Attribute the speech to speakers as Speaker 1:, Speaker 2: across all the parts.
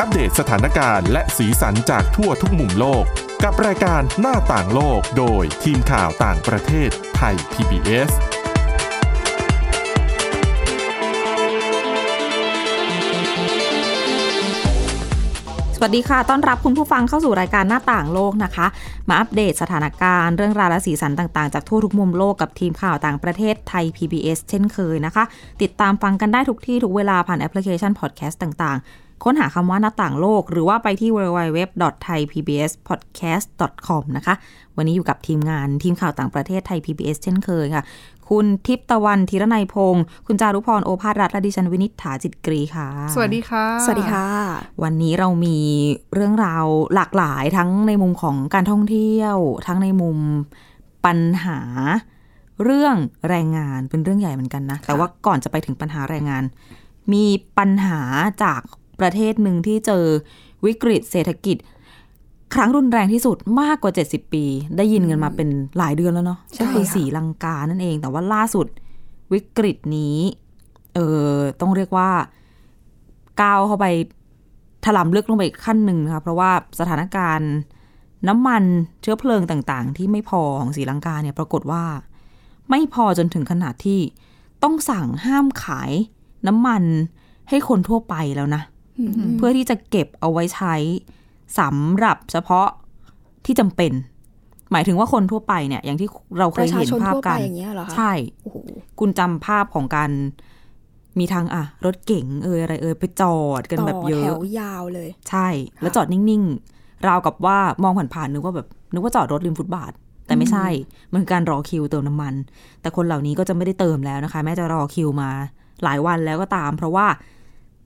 Speaker 1: อัปเดตสถานการณ์และสีสันจากทั่วทุกมุมโลก กับรายการหน้าต่างโลกโดยทีมข่าวต่างประเทศไทย PBS
Speaker 2: สวัสดีค่ะ ต้อนรับคุณผู้ฟังเข้าสู่รายการหน้าต่างโลกนะคะ มาอัปเดตสถานการณ์เรื่องราวและสีสันต่างๆ จากทั่วทุกมุมโลกกับทีมข่าวต่างประเทศไทย PBS เช่นเคยนะคะ ติดตามฟังกันได้ทุกที่ ทุกเวลาผ่านแอปพลิเคชันพอดแคสต์ต่างๆ ค้นหาคำว่าหน้าต่างโลก หรือว่าไปที่ www.thaipbspodcast.com นะคะ วันนี้อยู่กับทีมงานทีมข่าวต่างประเทศไทย PBS เช่นเคยค่ะ คุณทิพย์ตะวันธีรนัยพงศ์คุณจารุพรโอภาสรัตน์และดิฉันวินิษฐาจิตกรีค่ะ
Speaker 3: สวัสดีค่ะ
Speaker 4: สวัสดีค่ะ
Speaker 2: วันนี้เรามีเรื่องราวหลากหลายทั้งในมุมของการท่องเที่ยว ทั้งในมุมปัญหา เรื่องแรงงานเป็นเรื่องใหญ่เหมือนกันนะ แต่ว่าก่อนจะไปถึงปัญหาแรงงาน มีปัญหาจากประเทศหนึ่งที่เจอวิกฤตเศรษฐกิจ ครั้งรุนแรงที่สุดมากกว่า 70 ปี ได้ยินกันมาเป็นหลายเดือนแล้วเนาะ
Speaker 4: ใช่
Speaker 2: ก็คือ
Speaker 4: ค่ะ
Speaker 2: สีลังกานั่นเอง แต่ว่าล่าสุดวิกฤตนี้เออต้องเรียกว่าก้าวเข้าไป ถลำลึกลงไปอีกขั้นหนึ่งนะคะเพราะว่าสถานการณ์น้ำมันเชื้อเพลิงต่างๆ ที่ไม่พอของศรีลังกาเนี่ยปรากฏว่า ไม่พอจนถึงขนาดที่ต้องสั่งห้ามขายน้ำมันให้คนทั่วไปแล้วนะ เพื่อที่จะเก็บเอาไว้ใช้สำหรับเฉพาะที่จำเป็น หมายถึงว่าคนทั่วไปเนี่ย อย่างที่เราเค
Speaker 4: ประ
Speaker 2: ย
Speaker 4: ชา
Speaker 2: เห็น
Speaker 4: ชน
Speaker 2: ภาพ
Speaker 4: ทั่วไป
Speaker 2: กัน
Speaker 4: อย่างเงี้ยเหรอคะ
Speaker 2: ใช่
Speaker 4: โอ้โห
Speaker 2: คุณจำภาพของการมีทางอ่ะ รถเก๋งเอยอะไรเอยไปจอดกันแบบเย
Speaker 4: ต่
Speaker 2: อะ
Speaker 4: อแถวยาวเลย
Speaker 2: ใช่ แล้วจอดนิ่งๆ ราวกับว่ามองผ่านๆนึกว่าแบบนึกว่าจอดรถริมฟุตบาท แต่ไม่ใช่ มันคือการรอคิวเติมน้ำมัน แต่คนเหล่านี้ก็จะไม่ได้เติมแล้วนะคะ แม้จะรอคิวมาหลายวันแล้วก็ตาม เพราะว่า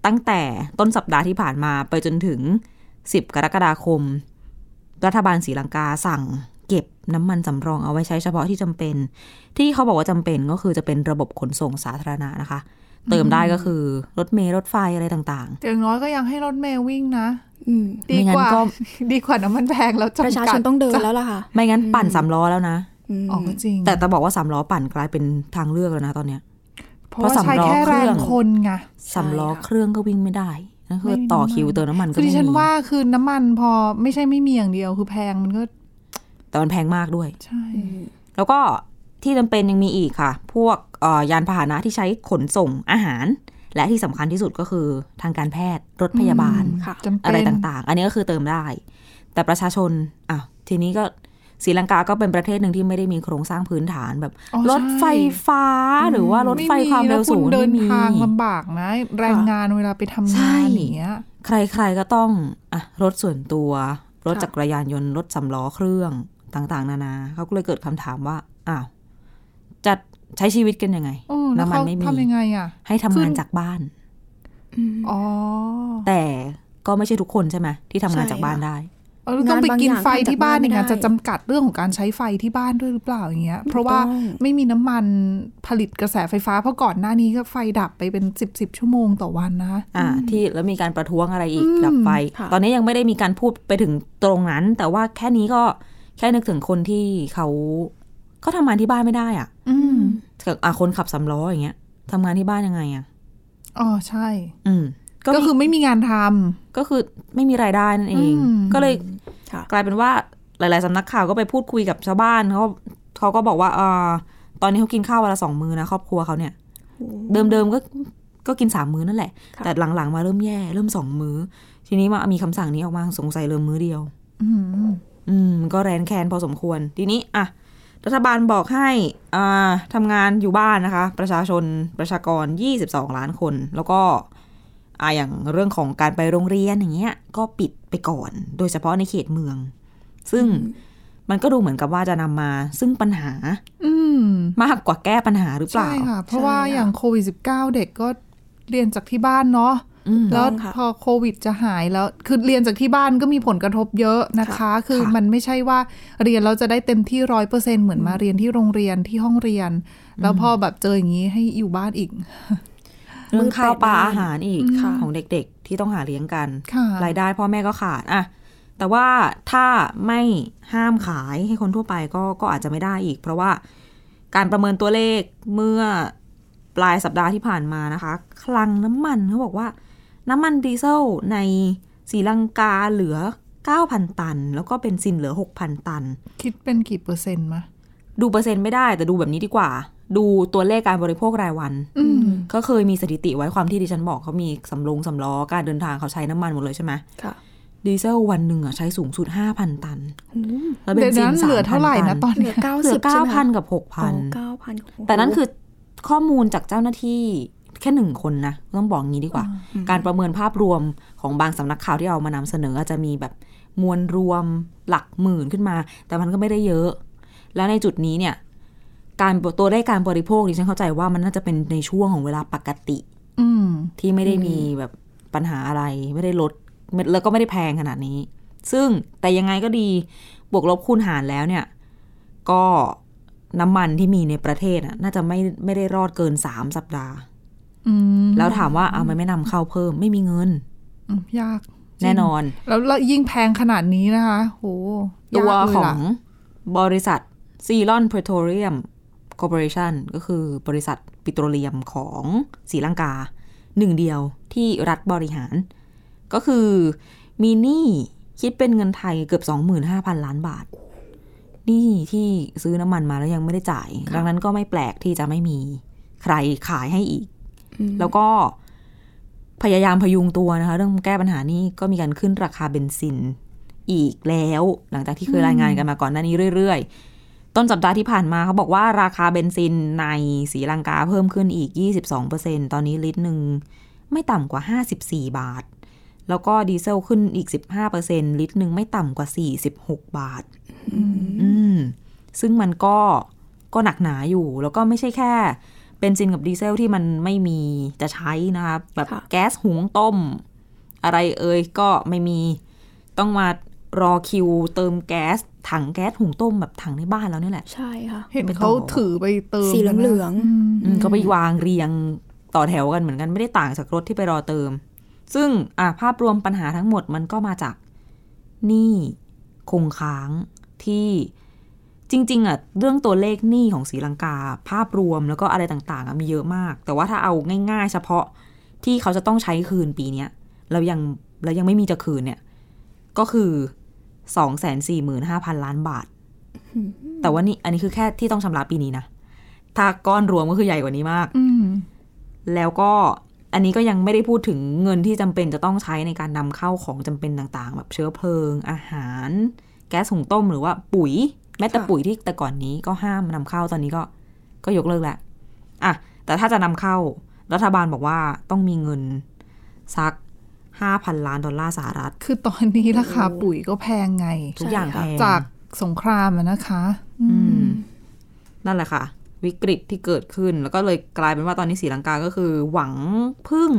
Speaker 2: ตั้งแต่ต้นสัปดาห์ที่ผ่านมาไปจนถึง 10 กรกฎาคม รัฐบาลศรีลังกาสั่งเก็บน้ำมันสำรองเอาไว้ใช้เฉพาะที่จำเป็น ที่เขาบอกว่าจำเป็นก็คือจะเป็นระบบขนส่งสาธารณะนะคะ เติมได้ก็คือรถเมล์รถไฟอะไรต่าง ๆ
Speaker 3: แต่อย่างน้อยก็ยังให้รถเมล์วิ่งนะ
Speaker 4: อืม
Speaker 3: ดี
Speaker 2: ไม่งั้น
Speaker 3: กว่า
Speaker 2: ก็
Speaker 3: ดีกว่าน้ำมันแพงแล้วจำกัด
Speaker 4: ประชาชนต้องเดิน
Speaker 3: จะ
Speaker 4: แล้วล่ะค่ะ
Speaker 2: ไม่งั้นปั่นสามล้อแล้วนะ
Speaker 4: อืม
Speaker 3: อ๋อจริง
Speaker 2: แต่แต่บอกว่าสามล้อปั่นกลายเป็นทางเลือกแล้วนะตอนเนี้ย
Speaker 3: เพราะว่าใช้
Speaker 2: เพราะสำรอง
Speaker 3: แค่
Speaker 2: เค
Speaker 3: แร
Speaker 2: รื่
Speaker 3: ง
Speaker 2: อง
Speaker 3: คนไง
Speaker 2: สามล้อ
Speaker 4: ใช่
Speaker 2: เค
Speaker 4: ค่ะ
Speaker 2: รื่องก็วิ่งไม่ได้นั่นคือ
Speaker 3: ไม่มี
Speaker 2: ต่อ
Speaker 3: น้ำมัน
Speaker 2: คิวเติมน้ำมันก็
Speaker 3: คือ
Speaker 2: ไม่
Speaker 3: ดิฉัน
Speaker 2: มี
Speaker 3: ว่าคือน้ำมันพอไม่ใช่ไม่มีอย่างเดียวคือแพงมันก็
Speaker 2: แต่มันแพงมากด้วย
Speaker 3: ใช่
Speaker 4: อืม
Speaker 2: แล้วก็ที่จำเป็นยังมีอีกค่ะ พวกเอ่อยานพาหนะที่ใช้ขนส่งอาหาร และที่สำคัญที่สุดก็คือทางการแพทย์รถพยาบาล
Speaker 3: อืม
Speaker 4: ค่ะ
Speaker 3: จำเป็น
Speaker 2: อะไรต่างๆ อันนี้ก็คือเติมได้ แต่ประชาชนอ่ะทีนี้ก็ศรีลังกาก็เป็นประเทศหนึ่งที่ไม่ได้มีโครงสร้างพื้นฐานแบบ
Speaker 3: อ๋อ
Speaker 2: รถไฟฟ้าหรือว่ารถไฟความเร็วสูง
Speaker 3: ไม่มีแล้คุณเดิน
Speaker 2: ไม่มี
Speaker 3: ทางลำบากนะ แรงงานเวลาไปทำ
Speaker 2: ใช่
Speaker 3: งานอย่างเงี้ย
Speaker 2: ใครๆก็ต้องอะรถส่วนตัว รถ
Speaker 4: ค่ะ
Speaker 2: จักรยานยนต์ รถสำล้อเครื่องต่างๆ นานาเขาก็เลยเกิดคำถามว่าอ้าวจะใช้ชีวิตกันยังไง
Speaker 3: โอ้แล้ว
Speaker 2: น้ำมัน
Speaker 3: เขา
Speaker 2: ไม่มี
Speaker 3: ทำยังไงอ่ะ
Speaker 2: ให้ทำ
Speaker 3: ขึ้
Speaker 2: งาน
Speaker 3: น
Speaker 2: จากบ้าน
Speaker 4: อืม
Speaker 3: อ๋อ
Speaker 2: แต่ก็ไม่ใช่ทุกคนใช่ไหมที่ทำงานจาก
Speaker 4: ใช่ค่ะ
Speaker 2: บ้านได้
Speaker 3: เออแล้วต้องไปกินไฟที่บ้าน
Speaker 4: งานบาง
Speaker 3: อย่าง
Speaker 4: อย่าง
Speaker 3: เงี้ยจะ
Speaker 4: ทำจากบ้านไม่ได้
Speaker 3: จำกัดเรื่องของการใช้ไฟที่บ้านด้วยหรือเปล่าอย่างเงี้ย เพราะว่า
Speaker 4: ถูกต้อง
Speaker 3: ไม่มีน้ำมันผลิตกระแสไฟฟ้าเพราะก่อนหน้านี้ก็ไฟดับไปเป็นสิบสิบชั่วโมงต่อวันนะ
Speaker 2: อ่า ที่แล้วมีการประท้วงอะไรอีก
Speaker 3: อืม
Speaker 2: ดับไฟ
Speaker 4: ค่ะ
Speaker 2: ตอนนี้ยังไม่ได้มีการพูดไปถึงตรงนั้น แต่ว่าแค่นี้ก็แค่นึกถึงคนที่เขาเขาทำงานที่บ้านไม่ได้อ่ะ
Speaker 3: อืม
Speaker 2: อ่ะคนขับสำล้ออย่างเงี้ยทำงานที่บ้านยังไงอ่ะ
Speaker 3: อ๋อใช่
Speaker 2: อืมก็
Speaker 3: ก็
Speaker 2: มี
Speaker 3: คือไม่มีงานทำ
Speaker 2: ก็คือไม่มีรายได้นั่นเอง
Speaker 3: อืม
Speaker 2: ก็เลย
Speaker 4: ค่ะ
Speaker 2: กลายเป็นว่าหลาย ๆ สำนักข่าวก็ไปพูดคุยกับชาวบ้านเขาเขาก็บอกว่าเออตอนนี้เขากินข้าววันละสองมื้อนะครอบครัวเขาเนี่ย เดิม ๆ ก็ก็กินสามมื้อนั่นแหละ
Speaker 4: ค่ะ
Speaker 2: แต่หลัง ๆ มาเริ่มแย่ เริ่มสองมื้อ ทีนี้มามีคำสั่งนี้ออกมาสงสัยเริ่มมื้อเดียว
Speaker 3: อืม
Speaker 2: อืมก็แรนแคนพอสมควร ทีนี้อ่ะรัฐบาลบอกให้อ่าทำงานอยู่บ้านนะคะ ประชาชนประชากร 22 ล้านคน แล้วก็อ่าอย่างเรื่องของการไปโรงเรียนอย่างเงี้ยก็ปิดไปก่อน โดยเฉพาะในเขตเมือง ซึ่งมันก็ดูเหมือนกับว่าจะนำมาซึ่งปัญหา
Speaker 3: อืม
Speaker 2: มากกว่าแก้ปัญหาหรือเป
Speaker 3: ใช่
Speaker 2: ล่า
Speaker 3: ค่ะ เพราะว่า
Speaker 4: ใช่ค่ะ
Speaker 3: อย่างโควิด -19 เด็กก็เรียนจากที่บ้านเนาะ
Speaker 2: อืม
Speaker 3: แล้ว
Speaker 4: ต้องค่ะ
Speaker 3: พอโควิดจะหายแล้ว คือเรียนจากที่บ้านก็มีผลกระทบเยอะนะคะ คือ
Speaker 2: ค่ะ
Speaker 3: มันไม่ใช่ว่าเรียนเราจะได้เต็มที่ร้อยเปอร์เซ็นเหมือนมาเรียนที่โรงเรียนที่ห้องเรียน แล้วพอแบบเจออย่างนี้ให้อยู่บ้านอีก
Speaker 2: เรื่องข้าวปลา
Speaker 4: มือแปดด้าน
Speaker 2: อาหารอีก
Speaker 4: ค่ะ
Speaker 2: ของเด็กๆ ที่ต้องหาเลี้ยงกัน
Speaker 3: ค่ะ
Speaker 2: รายได้พ่อแม่ก็ขาดอะแต่ว่าถ้าไม่ห้ามขายให้คนทั่วไปก็ก็อาจจะไม่ได้อีก เพราะว่าการประเมินตัวเลขเมื่อปลายสัปดาห์ที่ผ่านมานะคะ คลังน้ำมันเขาบอกว่า น้ำมันดีเซลใน สีลังกาเหลือ 9,000 ตัน แล้วก็เบนซินเหลือ 6,000 ตัน
Speaker 3: คิดเป็นกี่เปอร์เซ็นต์มะ
Speaker 2: ดูเปอร์เซ็นต์ไม่ได้แต่ดูแบบนี้ดีกว่า ดูตัวเลขการบริโภครายวัน
Speaker 3: อืม
Speaker 2: ก็เคยมีสถิติไว้ความที่ดิฉันบอกเขามีสำรงสำล้อการเดินทางเขาใช้น้ำมันหมดเลยใช่ไหม
Speaker 4: ค่ะ
Speaker 2: ดีเซลวันหนึ่งอ่ะใช้สูงสุด 5,000 ตัน
Speaker 4: อืม
Speaker 2: แล้วเบนซิน
Speaker 3: ดี๋ยวเหลือเท่าไหร่นะตอน
Speaker 4: เหลื
Speaker 3: เนี้
Speaker 4: อย เก้า
Speaker 2: เหลื
Speaker 4: สิ
Speaker 2: อบ
Speaker 4: ใช่ไหมคะ
Speaker 2: 9,000 กับ
Speaker 4: อ๋อ
Speaker 2: 6,000
Speaker 4: เก้าพัน
Speaker 2: แต่นั่นคือข้อมูลจากเจ้าหน้าที่แค่หนึ่งคนนะ ต้องบอกงี้ดีกว่า การประเมินภาพรวมของบางสำนักข่าวที่เอามานำเสนออาจจะมีแบบมวลรวมหลักหมื่นขึ้นมา แต่มันก็ไม่ได้เยอะ แล้วในจุดนี้เนี่ย การตัวได้การบริโภคดิฉันเข้าใจว่ามันน่าจะเป็นในช่วงของเวลาปกติ
Speaker 3: อืม
Speaker 2: ที่ไม่ได้มีแบบปัญหาอะไรไม่ได้ลดไม่แล้วก็ไม่ได้แพงขนาดนี้ ซึ่งแต่ยังไงก็ดีบวกลบคูณหารแล้วเนี่ย ก็น้ำมันที่มีในประเทศอะน่าจะไม่ไม่ได้รอดเกินสามสัปดาห์
Speaker 3: อืม
Speaker 2: แล้วถามว่าเอามันไม่นำเข้าเพิ่มไม่มีเงิน
Speaker 3: อืมยาก
Speaker 2: แน่นอน
Speaker 3: แล้วแล้วยิ่งแพงขนาดนี้นะคะ โห
Speaker 2: ตั
Speaker 3: ยาก
Speaker 2: ว
Speaker 3: เลย
Speaker 2: ขอ
Speaker 3: ล่ะ
Speaker 2: งบริษัทซีลอนเพ r โ t เรียมคอร์ปอเรชันก็คือบริษัทปิโตรเลียมของศรีลังกา หนึ่งเดียวที่รัฐบริหาร ก็คือมีหนี้คิดเป็นเงินไทยเกือบ 25,000 ล้านบาทหนี้ที่ซื้อน้ำมันมาแล้วยังไม่ได้จ่าย ดังนั้นก็ไม่แปลกที่จะไม่มีใครขายให้อีก
Speaker 4: แล้
Speaker 2: แล้ววก็พยายามพยุงตัวนะคะ เรื่องแก้ปัญหานี้ก็มีการขึ้นราคาเบนซินอีกแล้ว หลังจากที่เคยรายงานกันมาก่อนหน้านี้เรื่อยๆ ต้นสัปดาห์ที่ผ่านมาเขาบอกว่าราคาเบนซินในสีลังกาเพิ่มขึ้นอีก 22%ตอนนี้ลิตรหนึ่งไม่ต่ำกว่า 54 บาท แล้วก็ดีเซลขึ้นอีก 15%ลิตรหนึ่งไม่ต่ำกว่า 46 บาท อืมซึ่งมันก็ก็หนักหนาอยู่ แล้วก็ไม่ใช่แค่เบนซินกับดีเซลที่มันไม่มีจะใช้นะคะแบบแก๊สหุงต้ม อะไรเอ่ยก็ไม่มีต้องมารอคิวเติมแก๊ส ถังแก๊สหุงต้มแบบถังในบ้านแล้วนี่ยแหละ
Speaker 4: ใช่ค่ะ
Speaker 3: เห็นเขาถือไปเติม
Speaker 4: สีเหลืองๆ
Speaker 3: อืม
Speaker 2: อืมก็ไปวางเรียงต่อแถวกันเหมือนกันไม่ได้ต่างจากรถที่ไปรอเติม ซึ่งอ่ะภาพรวมปัญหาทั้งหมดมันก็มาจากหนี้คงค้างที่จริง ๆอ่ะเรื่องตัวเลขหนี้ของศรีลังกา ภาพรวมแล้วก็อะไรต่างๆอ่ะมีเยอะมาก แต่ว่าถ้าเอาง่าย ๆ เฉพาะที่เขาจะต้องใช้คืนปีเนี้ยแล้วยังแล้วยังไม่มีจะคืนเนี่ย ก็คือสองแสนสี่หมื่นห้าพันล้านบาท แต่ว่านี่อันนี้คือแค่ที่ต้องชำระปีนี้นะถ้าก้อนรวมก็คือใหญ่กว่านี้มาก
Speaker 3: อืม
Speaker 2: แล้วก็อันนี้ก็ยังไม่ได้พูดถึงเงินที่จำเป็นจะต้องใช้ในการนำเข้าของจำเป็นต่างๆ แบบเชื้อเพลิง อาหาร แก๊สหุงต้มหรือว่าปุ๋ย แม้แต่
Speaker 4: ค่ะ
Speaker 2: ปุ๋ยที่แต่ก่อนนี้ก็ห้ามนำเข้าตอนนี้ก็ก็ยกเลิกแหละอ่ะแต่ถ้าจะนำเข้ารัฐบาลบอกว่าต้องมีเงินสักห้าพันล้านดอลลาร์สหรัฐ
Speaker 3: คือตอนนี้ราคาปุ๋ยก็แพงไง
Speaker 2: ทุกอย่างแพง
Speaker 3: จากสงครามอะนะคะ อืม
Speaker 2: นั่นแหละค่ะ วิกฤตที่เกิดขึ้น แล้วก็เลยกลายเป็นว่าตอนนี้ศรีลังกาก็คือหวังพึ่ง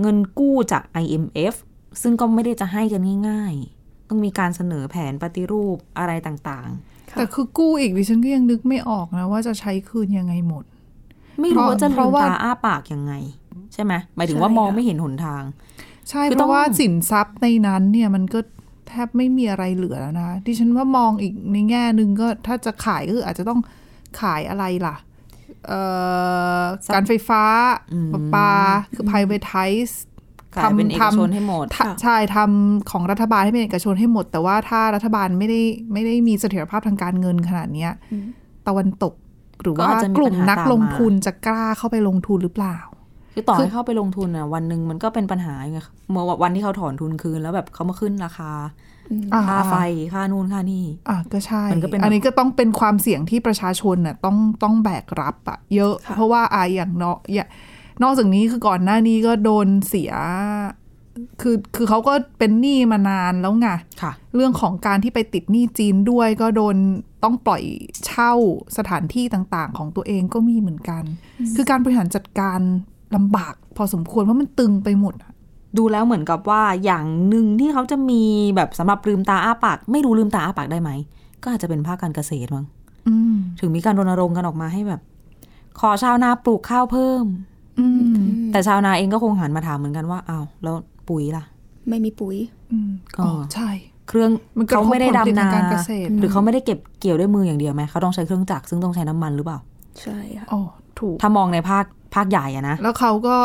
Speaker 2: เงินกู้จาก IMF ซึ่งก็ไม่ได้จะให้กันง่ายๆ ต้องมีการเสนอแผนปฏิรูปอะไรต่าง
Speaker 3: แต่คือกู้อีกดิฉันก็ยังนึกไม่ออกนะ ว่าจะใช้คืนยังไงหมด
Speaker 2: ๆ ไม่รู้ว่าจะ
Speaker 3: เพ
Speaker 2: ลื
Speaker 3: ราะ
Speaker 2: ม
Speaker 3: ว่า
Speaker 2: ตาอ้าปากยังไง ใช่ไหมหมายถึงว่ามอง
Speaker 4: ใช่ค่ะ
Speaker 2: ไม่เห็นหนทาง
Speaker 3: ใช่
Speaker 2: คือ
Speaker 3: เพ
Speaker 2: ต้อง
Speaker 3: ราะว่าสินทรัพย์ในนั้นเนี่ยมันก็แทบไม่มีอะไรเหลือแล้วนะดิฉันว่ามองอีกในแง่หนึ่งก็ถ้าจะขายก็คืออาจจะต้องขายอะไรล่ะเอ่อการไฟฟ้าประปาคือ privatize
Speaker 2: กลายเป็นเอก
Speaker 3: ทำ
Speaker 2: ชนให้หมด
Speaker 3: ถ้าใช่ทำของรัฐบาลให้เป็นเอกชนให้หมด แต่ว่าถ้ารัฐบาลไม่ได้ไม่ได้มีเสถียรภาพทางการเงินขนาดเนี้ย
Speaker 4: อืม
Speaker 3: ตะวันตกหรือ
Speaker 2: ก็
Speaker 3: ว่า
Speaker 2: อาจจะมี
Speaker 3: กลุ่ม
Speaker 2: ปัญหา
Speaker 3: นัก
Speaker 2: ตาม
Speaker 3: ลง
Speaker 2: มา
Speaker 3: ทุนจะกล้าเข้าไปลงทุนหรือเปล่า
Speaker 2: คือต่อ
Speaker 3: คื
Speaker 2: ให้
Speaker 3: อ
Speaker 2: เข้าไปลงทุนอ่ะวันหนึ่งมันก็เป็นปัญหาไงเมื่อวันที่เขาถอนทุนคืนแล้วแบบเขามาขึ้นราคา
Speaker 3: อ่
Speaker 2: ค่าไฟค่านู่นค่านี่
Speaker 3: อ่ะก็ใช่
Speaker 2: มันก็เป็นแบบ
Speaker 3: อันนี้ก็ต้องเป็นความเสี่ยงที่ประชาชนน่ะต้องต้องแบกรับอะเยอะ
Speaker 4: ค่ะ
Speaker 3: เพราะว่าอ่ะอย่างเนาะอย่านอกจากนี้คือก่อนหน้านี้ก็โดนเสีย คือคือเขาก็เป็นหนี้มานานแล้วไง
Speaker 2: ค่ะ
Speaker 3: เรื่องของการที่ไปติดหนี้จีนด้วยก็โดนต้องปล่อยเช่าสถานที่ต่างๆ ของตัวเองก็มีเหมือนกัน คือการบริหารจัดการลำบากพอสมควรเพราะมันตึงไปหมดอะ
Speaker 2: ดูแล้วเหมือนกับว่าอย่างหนึ่งที่เขาจะมีแบบสำหรับลืมตาอ้าปาก ไม่รู้ลืมตาอ้าปากได้ไหม ก็อาจจะเป็นภาคการเกษตรมั้ง
Speaker 3: อืม
Speaker 2: ถึงมีการรณรงค์กันออกมาให้แบบ ขอชาวนาปลูกข้าวเพิ่ม
Speaker 3: อืม
Speaker 2: แต่ชาวนาเองก็คงหันมาถามเหมือนกันว่าอ้าวแล้วปุ๋ยล่ะ
Speaker 4: ไม่มีปุ๋ย
Speaker 3: อืมอ๋อ
Speaker 2: ก็
Speaker 3: ใช่
Speaker 2: เครื่อง
Speaker 3: มันกระ
Speaker 2: เขา
Speaker 3: ทบ
Speaker 2: ไม่ได้
Speaker 3: ผลผลิ
Speaker 2: ดำ
Speaker 3: ตทา
Speaker 2: นา
Speaker 3: งการเกษตร
Speaker 2: หรือเขาไม่ได้เก็บเกี่ยวด้วยมืออย่างเดียวไหมเขาต้องใช้เครื่องจักรซึ่งต้องใช้น้ำมันหรือเปล่า
Speaker 4: ใช่ค่ะ
Speaker 3: อ๋อถูก
Speaker 2: ถ้ามองในภาคภาคใหญ่อะนะ
Speaker 3: แล้วเขาก็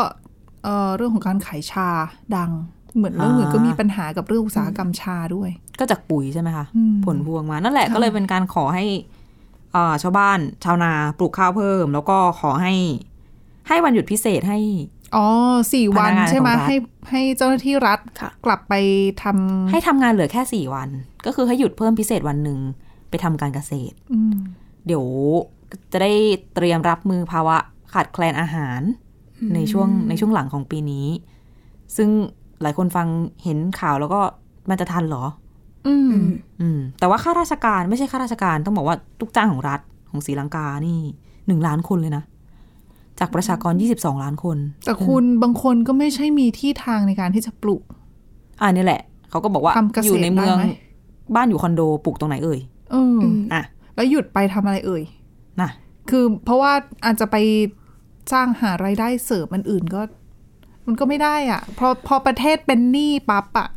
Speaker 3: เอ่อเรื่องของการขายชาดัง เหมือนเรื่องอื่น
Speaker 2: อ่า
Speaker 3: ก็มีปัญหากับเรื่องอุตสาหกรรมชาด้วย
Speaker 2: ก็จากปุ๋ยใช่ไหมคะ
Speaker 3: อืม
Speaker 2: ผลพวงมานั่นแหละก็เลยเป็นการขอให้เอ่อชาวบ้าน ชาวนาปลูกข้าวเพิ่ม แล้วก็ขอให้ ให้วันหยุดพิเศษให้
Speaker 3: อ๋อสี่วั
Speaker 2: พ
Speaker 3: น
Speaker 2: นักงาน
Speaker 3: ใช่ไหม
Speaker 2: ของรัฐ
Speaker 3: ให้ให้เจ้าหน้าที่รัฐ
Speaker 2: ค่ะ
Speaker 3: กลับไปท
Speaker 2: ให้ทำงานเหลือแค่สี่วัน ก็คือให้หยุดเพิ่มพิเศษวันหนึ่งไปทำการเกษตร
Speaker 3: ำอืม
Speaker 2: เดี๋ยวจะได้เตรียมรับมือภาวะขาดแคลนอาหาร ในช่วงในช่วงหลังของปีนี้ ซึ่งหลายคนฟังเห็นข่าวแล้วก็มันจะทันเหรอ
Speaker 3: อืม
Speaker 4: อืม
Speaker 2: อืมแต่ว่าข้าราชการไม่ใช่ข้าราชการต้องบอกว่าลูกจ้างของรัฐของศรีลังกานี่หนึ่งล้านคนเลยนะ จากประชากรยี่สิบสองล้านคน
Speaker 3: แต่คุณบางคนก็ไม่ใช่มีที่ทางในการที่จะปลูก
Speaker 2: อ่านี่แหละ เขาก็บอกว่า
Speaker 3: ทำเกษตร
Speaker 2: อยู่ในเมือง
Speaker 3: ได้ไหม
Speaker 2: บ้านอยู่คอนโดปลูกตรงไหนเอ่ย
Speaker 3: เอออ
Speaker 4: อืม
Speaker 2: อ่ะ
Speaker 3: แล้วหยุดไปทำอะไรเอ่ย
Speaker 2: นะ
Speaker 3: คือเพราะว่าอาจจะไปสร้างหารายได้เสริมมันอื่นก็ มันก็ไม่ได้อะพอพอประเทศเป็นหนี้ปั๊บอะ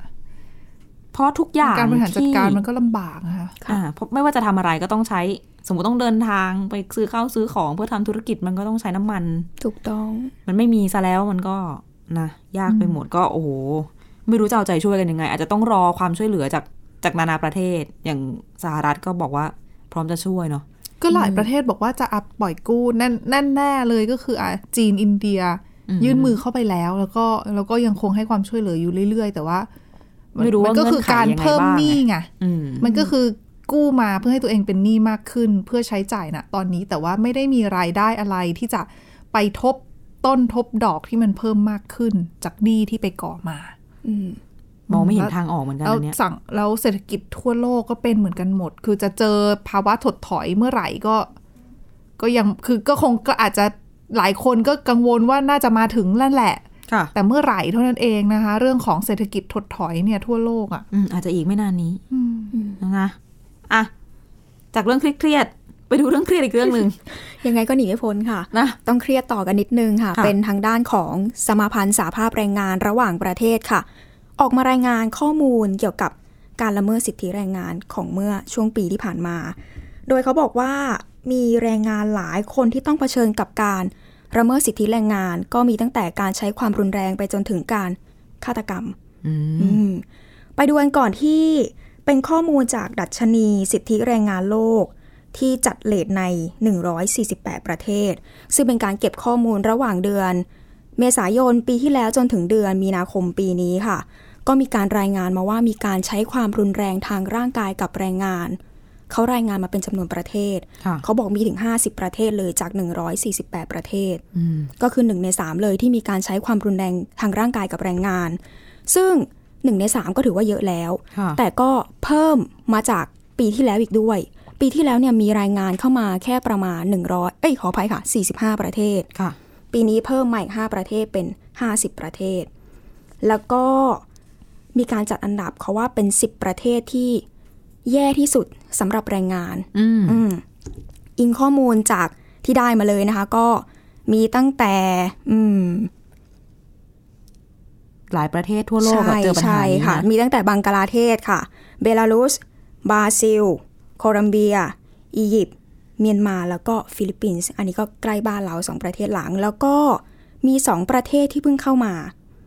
Speaker 2: เพราะทุกอย่าง
Speaker 3: การบริหารจัด
Speaker 2: ที่
Speaker 3: การมันก็ลำบากนะคะ
Speaker 2: อ่าเพราะไม่ว่าจะทำอะไรก็ต้องใช้ สมมติต้องเดินทางไปซื้อข้าวซื้อของเพื่อทำธุรกิจมันก็ต้องใช้น้ำมัน
Speaker 4: ถูกต้อง
Speaker 2: มันไม่มีซะแล้วมันก็นะยากไปหมดก็โอ้โหไม่รู้จะเอาใจช่วยกันยังไง อาจจะต้องรอความช่วยเหลือจากจากนานาประเทศ อย่างสหรัฐก็บอกว่าพร้อมจะช่วยเนาะ
Speaker 3: ก็หลายประเทศบอกว่าจะอัพปล่อยกู้แน่นแน่นแน่เลยก็คืออ่ะจีนอินเดีย ยื่นมือเข้าไปแล้ว แล้วก็แล้วก็ยังคงให้ความช่วยเหลืออยู่เรื่อยๆ แต่ว่าน
Speaker 2: ไม่รู้ว่า
Speaker 3: ก็คือการเพิ่มหนี้ไง
Speaker 2: อืม
Speaker 3: มันก็คือกู้มาเพื่อให้ตัวเองเป็นหนี้มากขึ้น เพื่อใช้จ่ายนะตอนนี้แต่ว่าไม่ได้มีรายได้อะไรที่จะไปทบต้นทบดอกที่มันเพิ่มมากขึ้น จากหนี้ที่ไปก่อมา
Speaker 4: อืม
Speaker 2: มองไม่เห็นทางออกเหมือนกัน
Speaker 3: แล้ว
Speaker 2: อันเนี้ย
Speaker 3: สั่งแล้วเศรษฐกิจทั่วโลกก็เป็นเหมือนกันหมด คือจะเจอภาวะถดถอยเมื่อไหร่ก็ ก็ยังคือก็คงก็อาจจะหลายคนก็กังวลว่าน่าจะมาถึงนั่นแหละ
Speaker 2: ค่ะ
Speaker 3: แต่เมื่อไหร่เท่านั้นเองนะคะ เรื่องของเศรษฐกิจถดถอยเนี่ยทั่วโลกอะ่ะ
Speaker 2: อืมอาจจะอีกไม่นานนี้
Speaker 3: อืม
Speaker 2: นะอ่ะจากเรื่องเครียดๆไปดูเรื่องเครียดอีกเรื่องหนึ่ง
Speaker 4: ยังไงก็หนีไม่พ้นค่ะ
Speaker 2: นะ
Speaker 4: ต้องเครียดต่อกันนิดนึงค่ะ
Speaker 2: ค่ะ
Speaker 4: เป็นทางด้านของสมาพันธ์สาภาพแรงงานระหว่างประเทศค่ะ ออกมารายงานข้อมูลเกี่ยวกับการละเมิดสิทธิแรงงานของเมื่อช่วงปีที่ผ่านมา โดยเขาบอกว่ามีแรงงานหลายคนที่ต้องเผชิญกับการละเมิดสิทธิแรงงาน ก็มีตั้งแต่การใช้ความรุนแรงไปจนถึงการฆาตกรรม
Speaker 2: อืม
Speaker 4: อืมไปดูกันก่อนที่เป็นข้อมูลจากดัชนีสิทธิแรงงานโลก ที่จัดเลทใน 148 ประเทศ ซึ่งเป็นการเก็บข้อมูลระหว่างเดือน เมษายนปีที่แล้วจนถึงเดือนมีนาคมปีนี้ค่ะ ก็มีการรายงานมาว่ามีการใช้ความรุนแรงทางร่างกายกับแรงงาน เขารายงานมาเป็นจำนวนประเทศ
Speaker 2: ค่ะ
Speaker 4: เขาบอกมีถึง 50 ประเทศเลยจาก 148 ประเทศ
Speaker 2: อืม
Speaker 4: ก็คือ 1 ใน 3 เลยที่มีการใช้ความรุนแรงทางร่างกายกับแรงงาน ซึ่ง 1 ใน 3 ก็ถือว่าเยอะแล้ว
Speaker 2: ค่ะ
Speaker 4: แต่ก็เพิ่มมาจากปีที่แล้วอีกด้วย ปีที่แล้วเนี่ยมีรายงานเข้ามาแค่ประมาณ 100 เอ้ยขออภัยค่ะ 45 ประเทศ
Speaker 2: ค่ะ
Speaker 4: ปีนี้เพิ่มมาอีก 5 ประเทศเป็น 50 ประเทศ แล้วก็มีการจัดอันดับเขาว่าเป็น 10 ประเทศที่แย่ที่สุดสำหรับแรงงาน
Speaker 2: อืม
Speaker 4: อืมอิงข้อมูลจากที่ได้มาเลยนะคะ ก็มีตั้งแต่ อืม
Speaker 2: หลายประเทศทั่วโลกอะ
Speaker 4: ใช่
Speaker 2: เจอปัญหา
Speaker 4: ใช่
Speaker 2: นี้
Speaker 4: ค่ะ
Speaker 2: นะ
Speaker 4: มีตั้งแต่บังกลาเทศค่ะ เบลารุส บราซิล โคลอมเบีย อียิปต์ เมียนมา แล้วก็ฟิลิปปินส์ อันนี้ก็ใกล้บ้านเราสองประเทศหลัง แล้วก็มีสองประเทศที่เพิ่งเข้ามา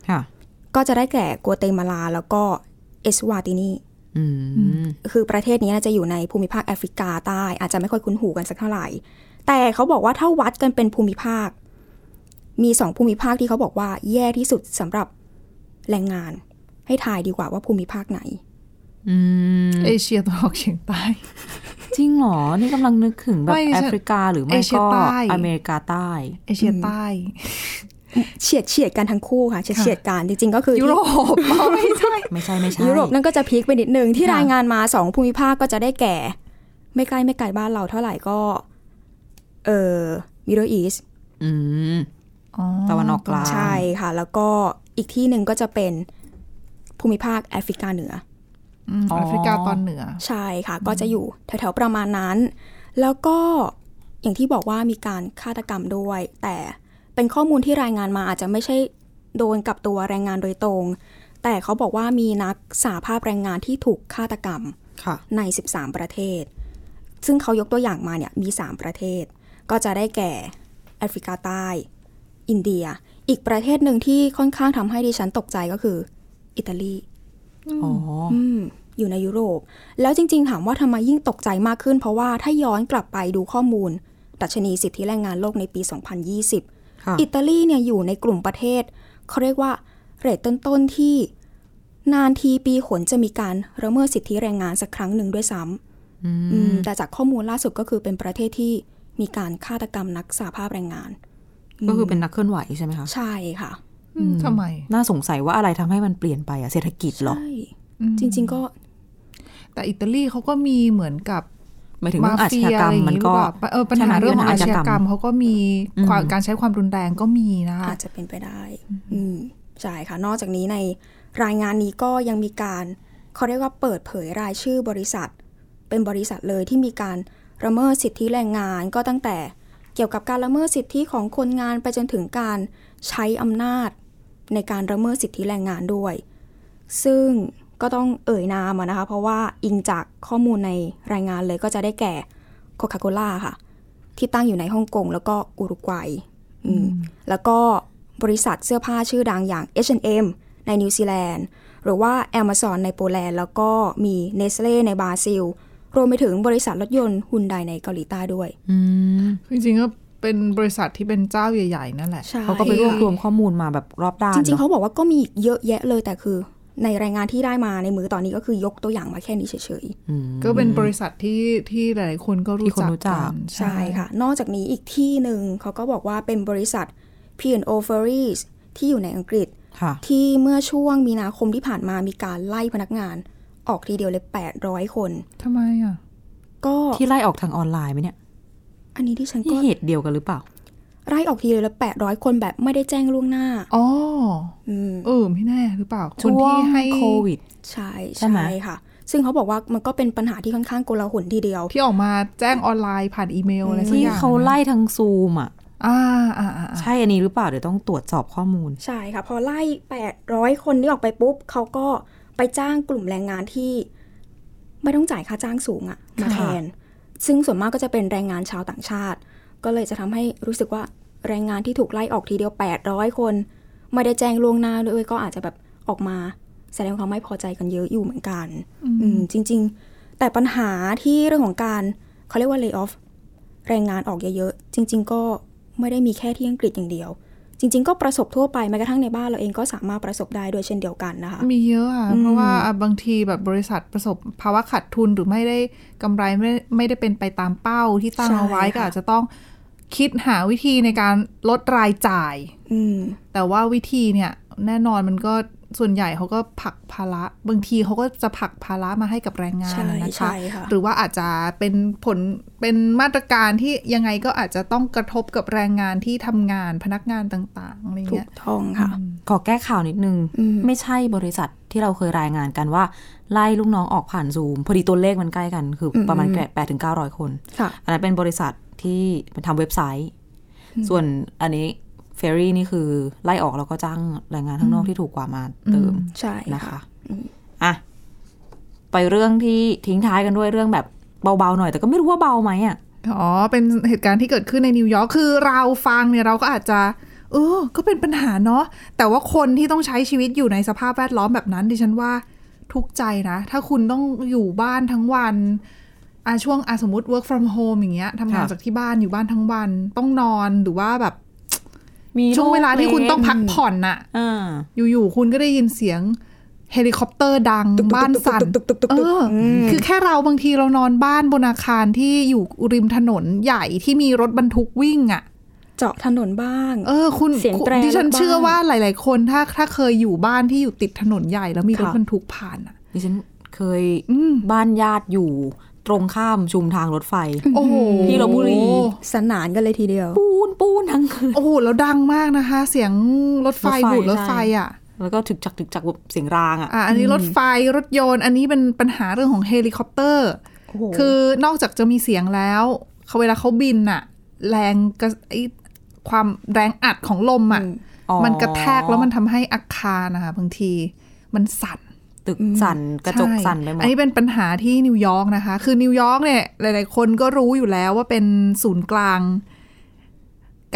Speaker 2: ค่ะ
Speaker 4: ก็จะได้แก่กัวเตมาลา แล้วก็เอสวาตินี
Speaker 2: อืม
Speaker 4: คือประเทศนี้น่าจะอยู่ในภูมิภาคแอฟริกาใต้ อาจจะไม่ค่อยคุ้นหูกันสักเท่าไหร่ แต่เขาบอกว่าถ้าวัดกันเป็นภูมิภาค มีสองภูมิภาคที่เขาบอกว่าแย่ที่สุดสำหรับแรงงาน ให้ทายดีกว่าว่าภูมิภาคไหน
Speaker 2: อืม
Speaker 3: เอเชียตะวันออกเฉียงใต้
Speaker 2: จริงเหรอ นี่กำลังนึกถึงแบบ
Speaker 3: ไม่
Speaker 2: แอ
Speaker 3: ฉัน
Speaker 2: ฟริกาหรือไม่
Speaker 3: เอเชีย
Speaker 2: ก็
Speaker 3: ใต้
Speaker 2: อเมริกาใต้
Speaker 3: เอเชียใต้
Speaker 4: เฉียดเฉียดกันทั้งคู่ค่ะเฉียดเฉียดกันจริงๆ ก็คือที่
Speaker 3: ยุโรปไม่ใช่
Speaker 2: ไม่ใช่ไม่ใช่
Speaker 4: ยุโรปนั่นก็จะพีคไปนิดนึงที่
Speaker 2: ค่ะ
Speaker 4: รายงานมาสองภูมิภาคก็จะได้แก่ ไม่ใกล้ไม่ไกลบ้านเราเท่าไหร่ก็ เออมิดเดิลอีส
Speaker 2: อืม ตะวันออกกลาง
Speaker 4: ใช่ค่ะ แล้วก็อีกที่หนึ่งก็จะเป็นภูมิภาคแอฟริกาเหนือ
Speaker 3: อืม
Speaker 2: อ๋อ
Speaker 3: แอฟริกาตอนเหนือ
Speaker 4: ใช่ค่ะ ก็จะอยู่แถวๆประมาณนั้น แล้วก็อย่างที่บอกว่ามีการฆาตกรรมด้วย แต่เป็นข้อมูลที่รายงานมาอาจจะไม่ใช่โดนกับตัวแรงงานโดยตรง แต่เขาบอกว่ามีนักสาภาพแรงงานที่ถูกฆาตกรรม
Speaker 2: ค่ะ
Speaker 4: ใน 13 ประเทศ ซึ่งเขายกตัวอย่างมาเนี่ย มี 3 ประเทศ ก็จะได้แก่แอฟริกาใต้ อินเดีย อีกประเทศหนึ่งที่ค่อนข้างทำให้ดิฉันตกใจก็คือ อิตาลี
Speaker 2: อ๋อ
Speaker 4: อืมอยู่ในยุโรป แล้วจริง ๆ ถามว่าทำไมยิ่งตกใจมากขึ้น เพราะว่าถ้าย้อนกลับไปดูข้อมูล ดัชนีสิทธิแรงงานโลกในปี 2020
Speaker 2: ค่ะ
Speaker 4: อิตาลีเนี่ยอยู่ในกลุ่มประเทศ เขาเรียกว่า เรทต้น ๆ ที่ นานทีปีหนจะมีการละเมิดสิทธิแรงงานสักครั้งหนึ่งด้วยซ้ำอืมแต่จากข้อมูลล่าสุดก็คือเป็นประเทศที่มีการฆาตกรรมนักสาภาพแรงงาน
Speaker 2: ก็คือเป็นนักเคลื่อนไหวใช่ไหมคะ
Speaker 4: ใช่ค่ะ
Speaker 3: อืมทำไม
Speaker 2: น่าสงสัยว่าอะไรทำให้มันเปลี่ยนไปอะเศรษฐกิจเหรอ
Speaker 4: ใช่จริง ๆ ก็
Speaker 3: แต่อิตาลีเขาก็มีเหมือนกับ
Speaker 2: หมายถึงเรื่องอาชญากรรมมันก็
Speaker 3: าเฟียอะไรอย่างงี้หรือเปล่าเออปัญหา
Speaker 2: ใช่ไ
Speaker 3: เรื่องของอาชญากรรมเขาก็มีความ
Speaker 2: อืม
Speaker 3: การใช้ความรุนแรงก็มีนะคะ
Speaker 4: อาจจะเป็นไปได้ อืมใช่ค่ะ นอกจากนี้ในรายงานนี้ก็ยังมีการเขาเรียกว่าเปิดเผยรายชื่อบริษัท เป็นบริษัทเลยที่มีการละเมิดสิทธิแรงงานก็ตั้งแต่เกี่ยวกับการละเมิดสิทธิของคนงานไปจนถึงการใช้อำนาจในการละเมิดสิทธิแรงงานด้วย ซึ่งก็ต้องเอ่ยนามอะนะคะ เพราะว่าอิงจากข้อมูลในรายงานเลยก็จะได้แก่โคคาโคล่าค่ะ ที่ตั้งอยู่ในฮ่องกงแล้วก็อุรุกวัยอืมแล้วก็บริษัทเสื้อผ้าชื่อดังอย่าง H&M ในนิวซีแลนด์ หรือว่า Amazon ในโปแลนด์ แล้วก็มีเนสเล่ในบราซิล รวมไปถึงบริษัทรถยนต์ฮุนไดในเกาหลีใต้ด้วย
Speaker 2: อืม
Speaker 3: จริงๆก็เป็นบริษัทที่เป็นเจ้าใหญ่ ๆ นั่นแหละ
Speaker 4: ใช่
Speaker 2: เขาก็ไปรวบรวมข้อมูลมาแบบรอบด้าน
Speaker 4: จริ
Speaker 2: เน
Speaker 4: ง ๆ
Speaker 2: อะ
Speaker 4: เขาบอกว่าก็มีอีกเยอะแยะเลยแต่คือ ในรายงานที่ได้มาในมือตอนนี้ก็คือยกตัวอย่างมาแค่นี้เฉยๆ
Speaker 2: อืม
Speaker 3: ก็เป็นบริษัทที่ที่หลายๆคนก็รู้จัก
Speaker 2: ที่คนรู้จั
Speaker 3: กั
Speaker 2: ก
Speaker 3: น
Speaker 4: ใช่ค่ะ นอกจากนี้อีกที่หนึ่งเขาก็บอกว่าเป็นบริษัท P&O Ferries ที่อยู่ในอังกฤษ
Speaker 2: ค่ะ
Speaker 4: ที่เมื่อช่วงมีนาคมที่ผ่านมามีการไล่พนักงานออกทีเดียวเลย 800 คน
Speaker 3: ทำไมอ่ะ
Speaker 4: ก็
Speaker 2: ที่ไล่ออกทางออนไลน์ไหมเนี่ย
Speaker 4: อันนี้ที่ฉัน
Speaker 2: ที่
Speaker 4: ก็
Speaker 2: เหตุเดียวกันหรือเปล่า
Speaker 4: ไล่ออกทีเดียวเลย 800 คนแบบไม่ได้แจ้งล่วงหน้า
Speaker 3: อ๋อ
Speaker 4: อืม
Speaker 3: เออ ไม่แน่หรือเปล่า ค
Speaker 2: ช่
Speaker 3: น
Speaker 2: ว
Speaker 3: ที่
Speaker 2: ง
Speaker 3: ให้
Speaker 2: โควิด
Speaker 4: ใช่
Speaker 2: ใช่ไหม
Speaker 4: ใช่ค่ะ ซึ่งเขาบอกว่ามันก็เป็นปัญหาที่ค่อนข้างโกลาหลทีเดียว
Speaker 3: ที่ออกมาแจ้งออนไลน์ผ่านอีเมลอะไรสัก
Speaker 2: ที่
Speaker 3: อย่าง
Speaker 2: เขาไล่ทางซูมอ่ะ
Speaker 3: อ่าอ่าอ่าอ่า
Speaker 2: ใช่อันนี้หรือเปล่า เดี๋ยวต้องตรวจสอบข้อมูล
Speaker 4: ใช่ค่ะ พอไล่ 800 คนนี้ออกไปปุ๊บเขาก็ไปจ้างกลุ่มแรงงานที่ไม่ต้องจ่ายค่าจ้างสูงอะมา
Speaker 2: ค่ะ
Speaker 4: แทน ซึ่งส่วนมากก็จะเป็นแรงงานชาวต่างชาติ ก็เลยจะทำให้รู้สึกว่าแรงงานที่ถูกไล่ออกทีเดียว 800 คน ไม่ได้แจ้งล่วงหน้าด้วยก็อาจจะแบบออกมาแสดงความไม่พอใจกันเยอะอยู่เหมือนกัน อืมจริง ๆ แต่ปัญหาที่เรื่องของการเขาเรียกว่า lay off แรงงานออกเยอะๆ จริง ๆ ก็ไม่ได้มีแค่ที่อังกฤษอย่างเดียว จริง ๆ ก็ประสบทั่วไปแม้กระทั่งในบ้านเราเองก็สามารถประสบได้ด้วยเช่นเดียวกันนะคะ
Speaker 3: มีเยอะค่ะ เพราะว่าอ่ะบางทีแบบบริษัทประสบภาวะขาดทุนหรือไม่ได้กำไรไม่ไม่ได้เป็นไปตามเป้าที่ตั้ง
Speaker 4: ใช่
Speaker 3: เอาไว้
Speaker 4: ค่ะ
Speaker 3: ก็อาจจะต้องคิดหาวิธีในการลดรายจ่าย
Speaker 4: อืม
Speaker 3: แต่ว่าวิธีเนี่ยแน่นอนมันก็ส่วนใหญ่เขาก็ผลักภาระ บางทีเขาก็จะผลักภาระมาให้กับแรงงาน
Speaker 4: ใช่
Speaker 3: นะ
Speaker 4: ใช่
Speaker 3: คะ
Speaker 4: ค่ะ
Speaker 3: หรือว่าอาจจะเป็นผลเป็นมาตรการที่ยังไงก็อาจจะต้องกระทบกับแรงงานที่ทำงานพนักงานต่างๆอะไร
Speaker 4: ถู
Speaker 3: เงี้
Speaker 4: ก
Speaker 3: ย
Speaker 4: ต้องค่ะ
Speaker 2: ขอแก้ข่าวนิดนึง
Speaker 4: อืม
Speaker 2: ไม่ใช่บริษัทที่เราเคยรายงานกันว่า ไล่ลูกน้องออกผ่านซูม พอดีตัวเลขมันใกล้กัน คือประมาณแปดถึงเก้าร้อยคน
Speaker 4: ค่ะ
Speaker 2: อันนั้นเป็นบริษัทที่ทำเว็บไซต์ ส่วนอันนี้เฟรรี่นี่คือไล่ออกแล้วก็จ้างแรงงานข้างนอกที่ถูกกว่ามาเติม
Speaker 4: ใช่
Speaker 2: นะ
Speaker 4: ค่ะ
Speaker 2: คะอ่ะไปเรื่องที่ทิ้งท้ายกันด้วยเรื่องแบบเบาๆหน่อย แต่ก็ไม่รู้ว่าเบาไหมอ่ะ
Speaker 3: อ๋อ เป็นเหตุการณ์ที่เกิดขึ้นในนิวยอร์ก คือเราฟังเนี่ยเราก็อาจจะ เออ ก็เป็นปัญหาเนาะ แต่ว่าคนที่ต้องใช้ชีวิตอยู่ในสภาพแวดล้อมแบบนั้น ดิฉันว่าทุกข์ใจนะ ถ้าคุณต้องอยู่บ้านทั้งวันอาช่วงอาสมมติ work from home อย่างเงี้ยทำงาน
Speaker 2: ค่ะ
Speaker 3: จากที่บ้านอยู่บ้านทั้งวัน ต้องนอนหรือว่าแบบ
Speaker 2: มี
Speaker 3: ช่วงเวลาที่คุณต้องพัก
Speaker 2: ลูกเล็
Speaker 3: ผ่อนน่ะ
Speaker 2: อ่า
Speaker 3: อยู่ๆ คุณก็ได้ยินเสียงเฮลิคอปเตอร์ดังบ้านสั่นเอออคือแค่เราบางทีเรานอนบ้านบนอาคารที่อยู่ริมถนนใหญ่ที่มีรถบรรทุกวิ่งอะ่ะ
Speaker 4: เจาะถนนบ้าง
Speaker 3: เออ คุณ
Speaker 4: เสียงแตร
Speaker 3: ดิฉัน
Speaker 4: รถบ้าน
Speaker 3: เชื่อว่าหลาย ๆ คนถ้าถ้าเคยอยู่บ้านที่อยู่ติดถนนใหญ่แล้วมีรถ
Speaker 2: ค่ะ
Speaker 3: บรรทุกผ่านอะ่ะ
Speaker 2: ดิฉันเคย
Speaker 3: อืม
Speaker 2: บ้านญาติอยู่ตรงข้ามชุมทางรถไฟ
Speaker 3: โอ้โห
Speaker 2: ที่ลพบุรี
Speaker 4: สนานกันเลยทีเดียว
Speaker 2: ปูนปูนทั้งคืน
Speaker 3: โอ้โหแล้วดังมากนะคะ เสียงรถไฟ
Speaker 2: รถไฟ
Speaker 3: บูดรถ
Speaker 2: ใช่
Speaker 3: ไฟอ่ะ
Speaker 2: แล้วก็ถึกจักถึกจักแบบเสียงรางอ่ะ
Speaker 3: อ่ะอันนี้รถไฟรถยนต์ อันนี้เป็นปัญหาเรื่องของเฮลิคอปเตอร์
Speaker 4: โอ้โห
Speaker 3: คือนอกจากจะมีเสียงแล้วเขาเวลาเขาบินน่ะ แรงกระไอความแรงอัดของลมอ่ะ
Speaker 2: อ๋อ
Speaker 3: มันกระแทกแล้วมันทำให้อาคารนะคะบางทีมันสั่น
Speaker 2: ตึกสั่นกระจก
Speaker 3: ใช่
Speaker 2: สั่นไปหมด
Speaker 3: อันนี้เป็นปัญหาที่นิวยอร์กนะคะ คือนิวยอร์กเนี่ยหลาย ๆ คนก็รู้อยู่แล้วว่าเป็นศูนย์กลาง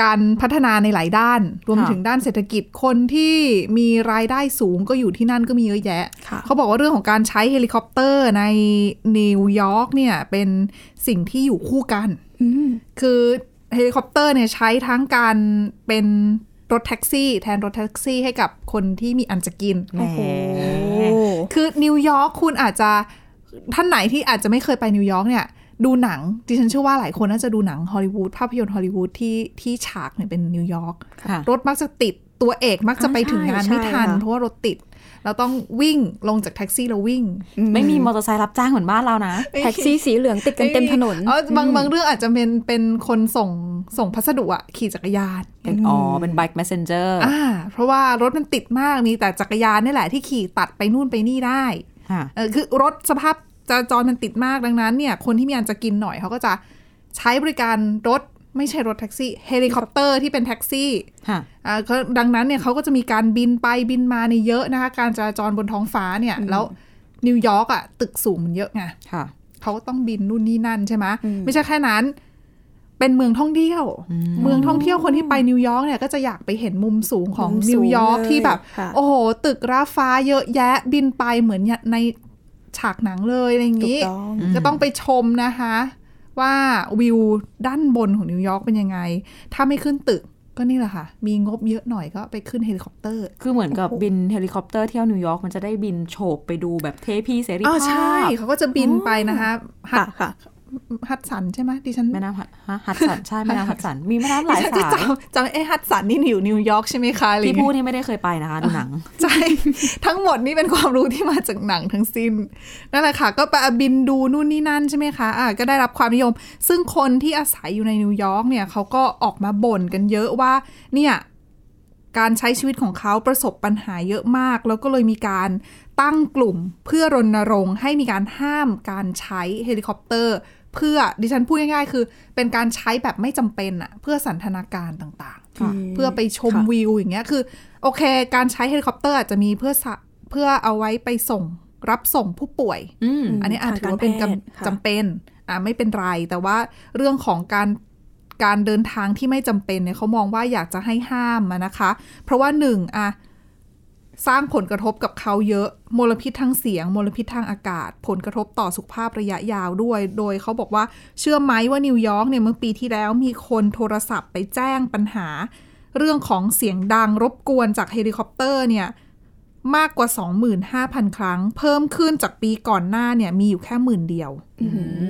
Speaker 3: การพัฒนาในหลายด้าน รวม
Speaker 2: ค่ะ
Speaker 3: ถึงด้านเศรษฐกิจคนที่มีรายได้สูงก็อยู่ที่นั่นก็มีเยอะแยะ
Speaker 4: ค่ะ
Speaker 3: เขาบอกว่าเรื่องของการใช้เฮลิคอปเตอร์ในนิวยอร์กเนี่ยเป็นสิ่งที่อยู่คู่กัน
Speaker 4: อืม
Speaker 3: คือเฮลิคอปเตอร์เนี่ยใช้ทั้งการเป็นรถแท็กซี่ แทนรถแท็กซี่ให้กับคนที่มีอันจะกิน
Speaker 2: โอ้โห
Speaker 4: โอ้
Speaker 3: คือนิวยอร์กคุณอาจจะท่านไหนที่อาจจะไม่เคยไปนิวยอร์กเนี่ยดูหนังดิฉันเชื่อว่าหลายคนน่าจะดูหนังฮอลลีวูดภาพยนตร์ฮอลลีวูดที่ที่ฉากเนี่ยเป็นนิวยอร์ก
Speaker 2: ค่ะ
Speaker 3: รถมักจะติดตัวเอกมักจะไปถึงงานไม่ทัน เพราะว่ารถติด เราต้องวิ่งลงจากแท็กซี่แล้ววิ่ง
Speaker 2: ไม่มีมอเตอร์ไซค์รับจ้างเหมือนบ้านเรานะ
Speaker 4: แท็กซี่สีเหลืองติดกันเต็มถนน
Speaker 3: เอ้ยบางบางเรื่องอาจจะเป็นเป็นคนส่งส่งพัสดุอะขี่จักรยาน
Speaker 2: เป็นอ๋อเป็น bike messenger
Speaker 3: อ่า เพราะว่ารถมันติดมากมีแต่จักรยานนี่แหละที่ขี่ตัดไปนู่นไปนี่ได้
Speaker 2: ค่ะ
Speaker 3: เออคือรถสภาพจราจรมันติดมากดังนั้นเนี่ยคนที่มีอันจะกินหน่อยเขาก็จะใช้บริการรถไม่ใช่รถแท็กซี่เฮลิคอปเตอร์ที่เป็นแท็กซี่
Speaker 2: ค่ะ
Speaker 3: อ่าก็ดังนั้นเนี่ยเขาก็จะมีการบินไปบินมาในยเยอะนะคะการจราจรบนท้องฟ้าเนี่ยแล้วนิวยอร์กอะตึกสูงมันเยอะไง
Speaker 2: ค่ะ
Speaker 3: เขาก็ต้องบินนู่นนี่นั่นใช่ไหมไม่ใช่แค่นั้น เป็นเมืองท่องเที่ยว เมืองท่องเที่ยวคนที่ไปนิวยอร์กเนี่ยก็จะอยากไปเห็นมุมสูงของ
Speaker 4: มุม
Speaker 3: นิ
Speaker 4: สูง
Speaker 3: วยอร์ก
Speaker 4: เลย
Speaker 3: ที่แบบ
Speaker 4: ค่ะ
Speaker 3: โอ้โห ตึกราฟ้าเยอะแยะบินไปเหมือนในฉากหนังเลยอะไรอย่าง
Speaker 4: ถูก
Speaker 3: นี้
Speaker 4: ต้อง
Speaker 3: ก็ต้องไปชมนะคะ ว่าวิวด้านบนของนิวยอร์กเป็นยังไง ถ้าไม่ขึ้นตึกก็นี่แหละค่ะ มีงบเยอะหน่อยก็ไปขึ้นเฮลิคอปเตอร์
Speaker 2: คือเหมือนกับ
Speaker 4: โอ้โห
Speaker 2: บินเฮลิคอปเตอร์เที่ยวนิวยอร์กมันจะได้บินโฉบไปดูแบบเทพีเสรี
Speaker 3: อ๋อ
Speaker 2: ภาพ
Speaker 3: ใช่เขาก็จะบินไปนะคะฮั
Speaker 4: ค่ะ
Speaker 3: ด
Speaker 4: ค่ะ
Speaker 3: ฮัดสันใช่ไหมดิฉัน
Speaker 2: แม่น้ำหัดฮะหัดสันใช่แม่น้ำหัดสันมีแม่น้ำหลาย
Speaker 3: ฉัน
Speaker 2: สา
Speaker 3: จะ
Speaker 2: ย
Speaker 3: จำจำไอ้ฮัตสันนี่อยู่นิวยอร์กใช่ไหมคะอะไรอ
Speaker 2: ที่
Speaker 3: ย่างเงี้
Speaker 2: พูด
Speaker 3: ย
Speaker 2: นี่ไม่ได้เคยไปนะคะดูหนัง
Speaker 3: ใช่ ทั้งหมดนี่เป็นความรู้ที่มาจากหนังทั้งสิ้นนั่นแหละค่ะ ก็ไปบินดูนู่นนี่นั่นใช่ไหมคะอ่ะก็ได้รับความนิยม ซึ่งคนที่อาศัยอยู่ในนิวยอร์กเนี่ยเขาก็ออกมาบ่นกันเยอะว่า เนี่ย การใช้ชีวิตของเขาประสบปัญหาเยอะมาก แล้วก็เลยมีการตั้งกลุ่มเพื่อรณรงค์ให้มีการห้ามการใช้เฮลิคอปเตอร์ เพื่อดิฉันพูดง่ายๆ คือ เป็นการใช้แบบไม่จำเป็นอะเพื่อสันทนาการต่าง
Speaker 2: ค่ะ
Speaker 3: ๆ เพื่อไปชม
Speaker 4: ค่ะ
Speaker 3: วิวอย่างเงี้ยคือ โอเค การใช้เฮลิคอปเตอร์อาจจะมีเพื่อสะเพื่อเอาไว้ไปส่งรับส่งผู้ป่วย
Speaker 2: อืม
Speaker 3: อันนี้อาจ
Speaker 4: ทาง
Speaker 3: ถือว่าเป็น
Speaker 4: การแพทย์ค่ะ
Speaker 3: จำจำเป็นอ่าไม่เป็นไร แต่ว่าเรื่องของการการเดินทางที่ไม่จำเป็นเนี่ยเขามองว่าอยากจะให้ห้ามอะนะคะ เพราะว่าหนึ่งอะสร้างผลกระทบกับเขาเยอะมลพิษทางเสียงมลพิษทางอากาศ ผลกระทบต่อสุขภาพระยะยาวด้วย โดยเขาบอกว่าเชื่อไหมว่านิวยอร์กเนี่ยเมื่อปีที่แล้วมีคนโทรศัพท์ไปแจ้งปัญหา เรื่องของเสียงดังรบกวนจากเฮลิคอปเตอร์เนี่ยมากกว่า 25,000 ครั้ง เพิ่มขึ้นจากปีก่อนหน้าเนี่ยมีอยู่แค่หมื่นเดียว
Speaker 4: อื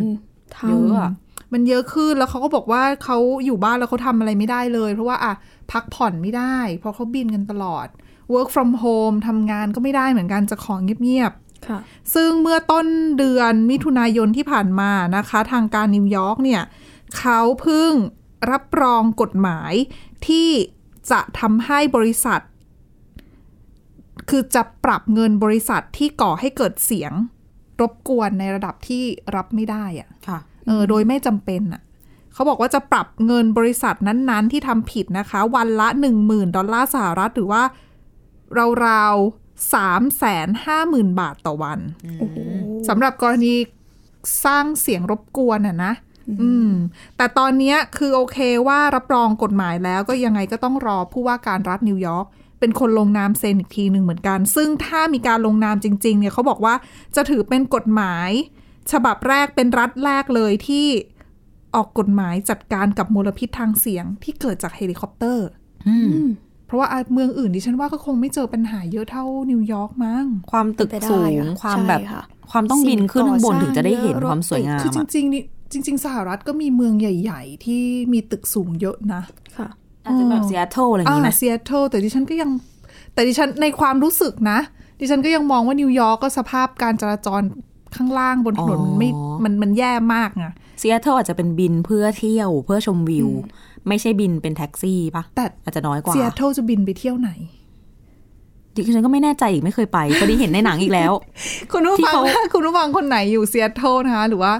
Speaker 4: มเท่า
Speaker 2: เยอะอะ
Speaker 3: มันเยอะขึ้นแล้วเขาก็บอกว่าเขาอยู่บ้านแล้วเขาทำอะไรไม่ได้เลย เพราะว่าอ่ะพักผ่อนไม่ได้ เพราะเขาบินกันตลอด work from home ทำงานก็ไม่ได้เหมือนกันจะของเงียบ
Speaker 4: ค่ะ
Speaker 3: ๆ ซึ่งเมื่อต้นเดือนมิถุนายนที่ผ่านมานะคะ ทางการนิวยอร์กเนี่ยเขาเพิ่งรับรองกฎหมายที่จะทำให้บริษัท คือจะปรับเงินบริษัทที่ก่อให้เกิดเสียงรบกวนในระดับที่รับไม่ได้อะ
Speaker 2: ค่ะ
Speaker 3: เออโดยไม่จำเป็นอ่ะเขาบอกว่าจะปรับเงินบริษัทนั้นๆ ที่ทำผิดนะคะ วันละ 10,000 ดอลลาร์สหรัฐหรือว่า ราวๆ3 5 0 0 0 0 บาทต่อวัน
Speaker 4: โอ้โห
Speaker 3: สำหรับกรณีสร้างเสียงรบกวนอ่ะนะอืมแต่ตอนเนี้ยคือโอเคว่ารับรองกฎหมายแล้วก็ยังไงก็ต้องรอผู้ว่าการรัฐนิวยอร์กเป็นคนลงนามเซ็นอีกทีหนึ่งเหมือนกัน ซึ่งถ้ามีการลงนามจริง ๆ เนี่ยเขาบอกว่าจะถือเป็นกฎหมาย ฉบับแรกเป็นรัฐแรกเลยที่ออกกฎหมายจัดการกับมลพิษทางเสียงที่เกิดจากเฮลิคอปเตอร์
Speaker 2: อืม
Speaker 3: เพราะว่าอ่ะเมืองอื่นดิฉันว่าก็คงไม่เจอปัญหาเยอะเท่านิวยอร์กมั้ง
Speaker 2: ความตึก
Speaker 4: เป็นไปได้
Speaker 2: สูง
Speaker 4: อะ
Speaker 2: ความแบบ
Speaker 4: ใช่ค่ะ
Speaker 2: ความต้องบินขึ้นข้างบน
Speaker 4: สิ่งก่อสร้าง
Speaker 2: ถึงจะได้เห็นความสวยงาม
Speaker 3: คือจ
Speaker 2: อะ
Speaker 3: ริงๆนี่จริง ๆ สหรัฐก็มีเมืองใหญ่ ๆ ที่มีตึกสูงเยอะนะ
Speaker 4: ค่ะ
Speaker 2: อาจจะแบบซีแอตเทิลอะไรอย่างนี้ไหม
Speaker 3: เซียโตรแต่ดิฉันก็ยังแต่ดิฉันในความรู้สึกนะ ดิฉันก็ยังมองว่านิวยอร์กก็สภาพการจราจรข้างล่างบนถนนมันไม่
Speaker 2: อ๋อ
Speaker 3: มันมันแย่มากไง
Speaker 2: ซีแอตเทิลอาจจะเป็นบินเพื่อเที่ยวเพื่อชมวิว ไม่ใช่บินเป็นแท็กซี่ปะ
Speaker 3: แต่
Speaker 2: อาจจะน้อยกว่า
Speaker 3: เซียโตรจะบินไปเที่ยวไหน
Speaker 2: ดิฉันก็ไม่แน่ใจอีกไม่เคยไปพอดีเห็นในหนังอีกแล้ว
Speaker 3: คุณผู้ฟั
Speaker 2: ที่
Speaker 3: ง
Speaker 2: เขา
Speaker 3: คุณผู้ฟังคนไหนอยู่เซียโตรนะคะหรือว่า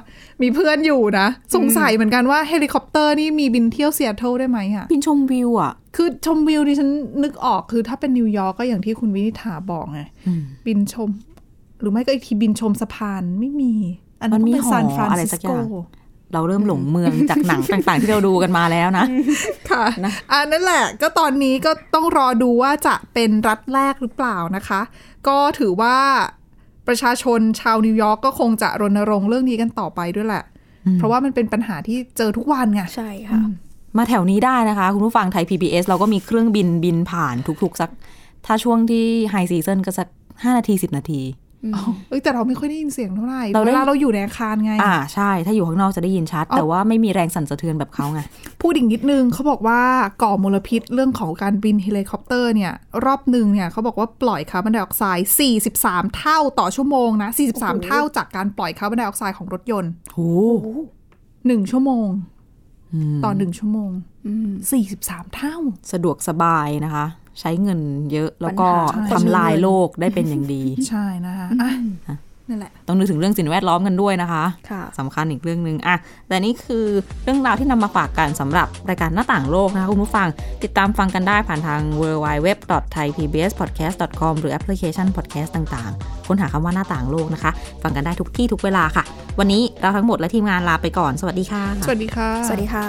Speaker 3: มีเพื่อนอยู่นะ สงสัยเหมือนกันว่าเฮลิคอปเตอร์นี่มีบินเที่ยวเซียโตรได้ไหมอะ
Speaker 2: บินชมวิวอ่ะ
Speaker 3: คือชมวิวดิฉันนึกออกคือถ้าเป็นนิวยอร์กก็อย่างที่คุณวินิษฐาบอกไง
Speaker 2: อืม
Speaker 3: บินชม หรือไม่ก็อีกทีบินชมสะพานไม่มี อันนั้น
Speaker 2: มันมี
Speaker 3: ต้อง
Speaker 2: หอ
Speaker 3: เป็นซานฟราน
Speaker 2: อะไร
Speaker 3: ซิ
Speaker 2: สั
Speaker 3: ส
Speaker 2: กอ
Speaker 3: โก
Speaker 2: ย่าง เราเริ่มหลงเมืองจากหนังต่างๆ ที่เราดูกันมาแล้วนะ
Speaker 3: ค่ะ
Speaker 2: นะ
Speaker 3: อันนั่นแหละ ก็ตอนนี้ก็ต้องรอดูว่าจะเป็นรัฐแรกหรือเปล่านะคะ ก็ถือว่าประชาชนชาวนิวยอร์กก็คงจะรณรงค์เรื่องนี้กันต่อไปด้วยแหละ เพราะว่ามันเป็นปัญหาที่เจอทุกวันไง
Speaker 4: ใช่ค่ะ
Speaker 2: มาแถวนี้ได้นะคะ คุณผู้ฟังไทย PBS เราก็มีเครื่องบินบินผ่านทุกๆ สัก ถ้าช่วงที่ไฮซีซั o นก็สัก 5 นาที 10 นาที
Speaker 3: เอ้ยแต่เราไม่ค่อยได้ยินเสียงเท่าไหร่
Speaker 2: เราได้
Speaker 3: เวลาเราอยู่ในอาคารไง
Speaker 2: อ่าใช่ ถ้าอยู่ข้างนอกจะได้ยินชัด แต่ว่าไม่มีแรงสั่นสะเทือนแบบเขาไง
Speaker 3: พูดอีกนิดนึงเขาบอกว่าก่อมลพิษเรื่องของการบินเฮลิคอปเตอร์เนี่ย รอบหนึ่งเนี่ยเขาบอกว่าปล่อยคาร์บอนไดออกไซด์ 43 เท่าต่อชั่วโมงนะ 43 เท่าจากการปล่อยคาร์บอนไดออกไซด์ของรถยนต์
Speaker 2: โอ้
Speaker 3: 1 ชั่วโมง ต่อ 1 ชั่วโมง 43 เท่า
Speaker 2: สะดวกสบายนะคะ ใช้เงินเยอะแล้วก็
Speaker 3: ปัญหา
Speaker 2: ทำลายโลกได้เป็นอย่างดี
Speaker 3: ใช่นะคะอ่ะนั่นแหละ
Speaker 2: ต้องนึกถึงเรื่องสิ่งแวดล้อมกันด้วยนะคะ
Speaker 4: ค่ะ
Speaker 2: สำคัญอีกเรื่องหนึ่งอะแต่นี่คือเรื่องราวที่นำมาฝากกันสำหรับรายการหน้าต่างโลกนะคะคุณผู้ฟัง ติดตามฟังกันได้ผ่านทาง w w w t h a i p b s p o d c a s t c o m หรือแอปพลิเคชัน podcast ต่างๆ ค้นหาคำว่าหน้าต่างโลกนะคะ ฟังกันได้ทุกที่ทุกเวลาค่ะ วันนี้เราทั้งหมดและทีมงานลาไปก่อนสวัสดีค่ะ
Speaker 3: สวัสดีค่ะ
Speaker 4: สวัสดีค่ะ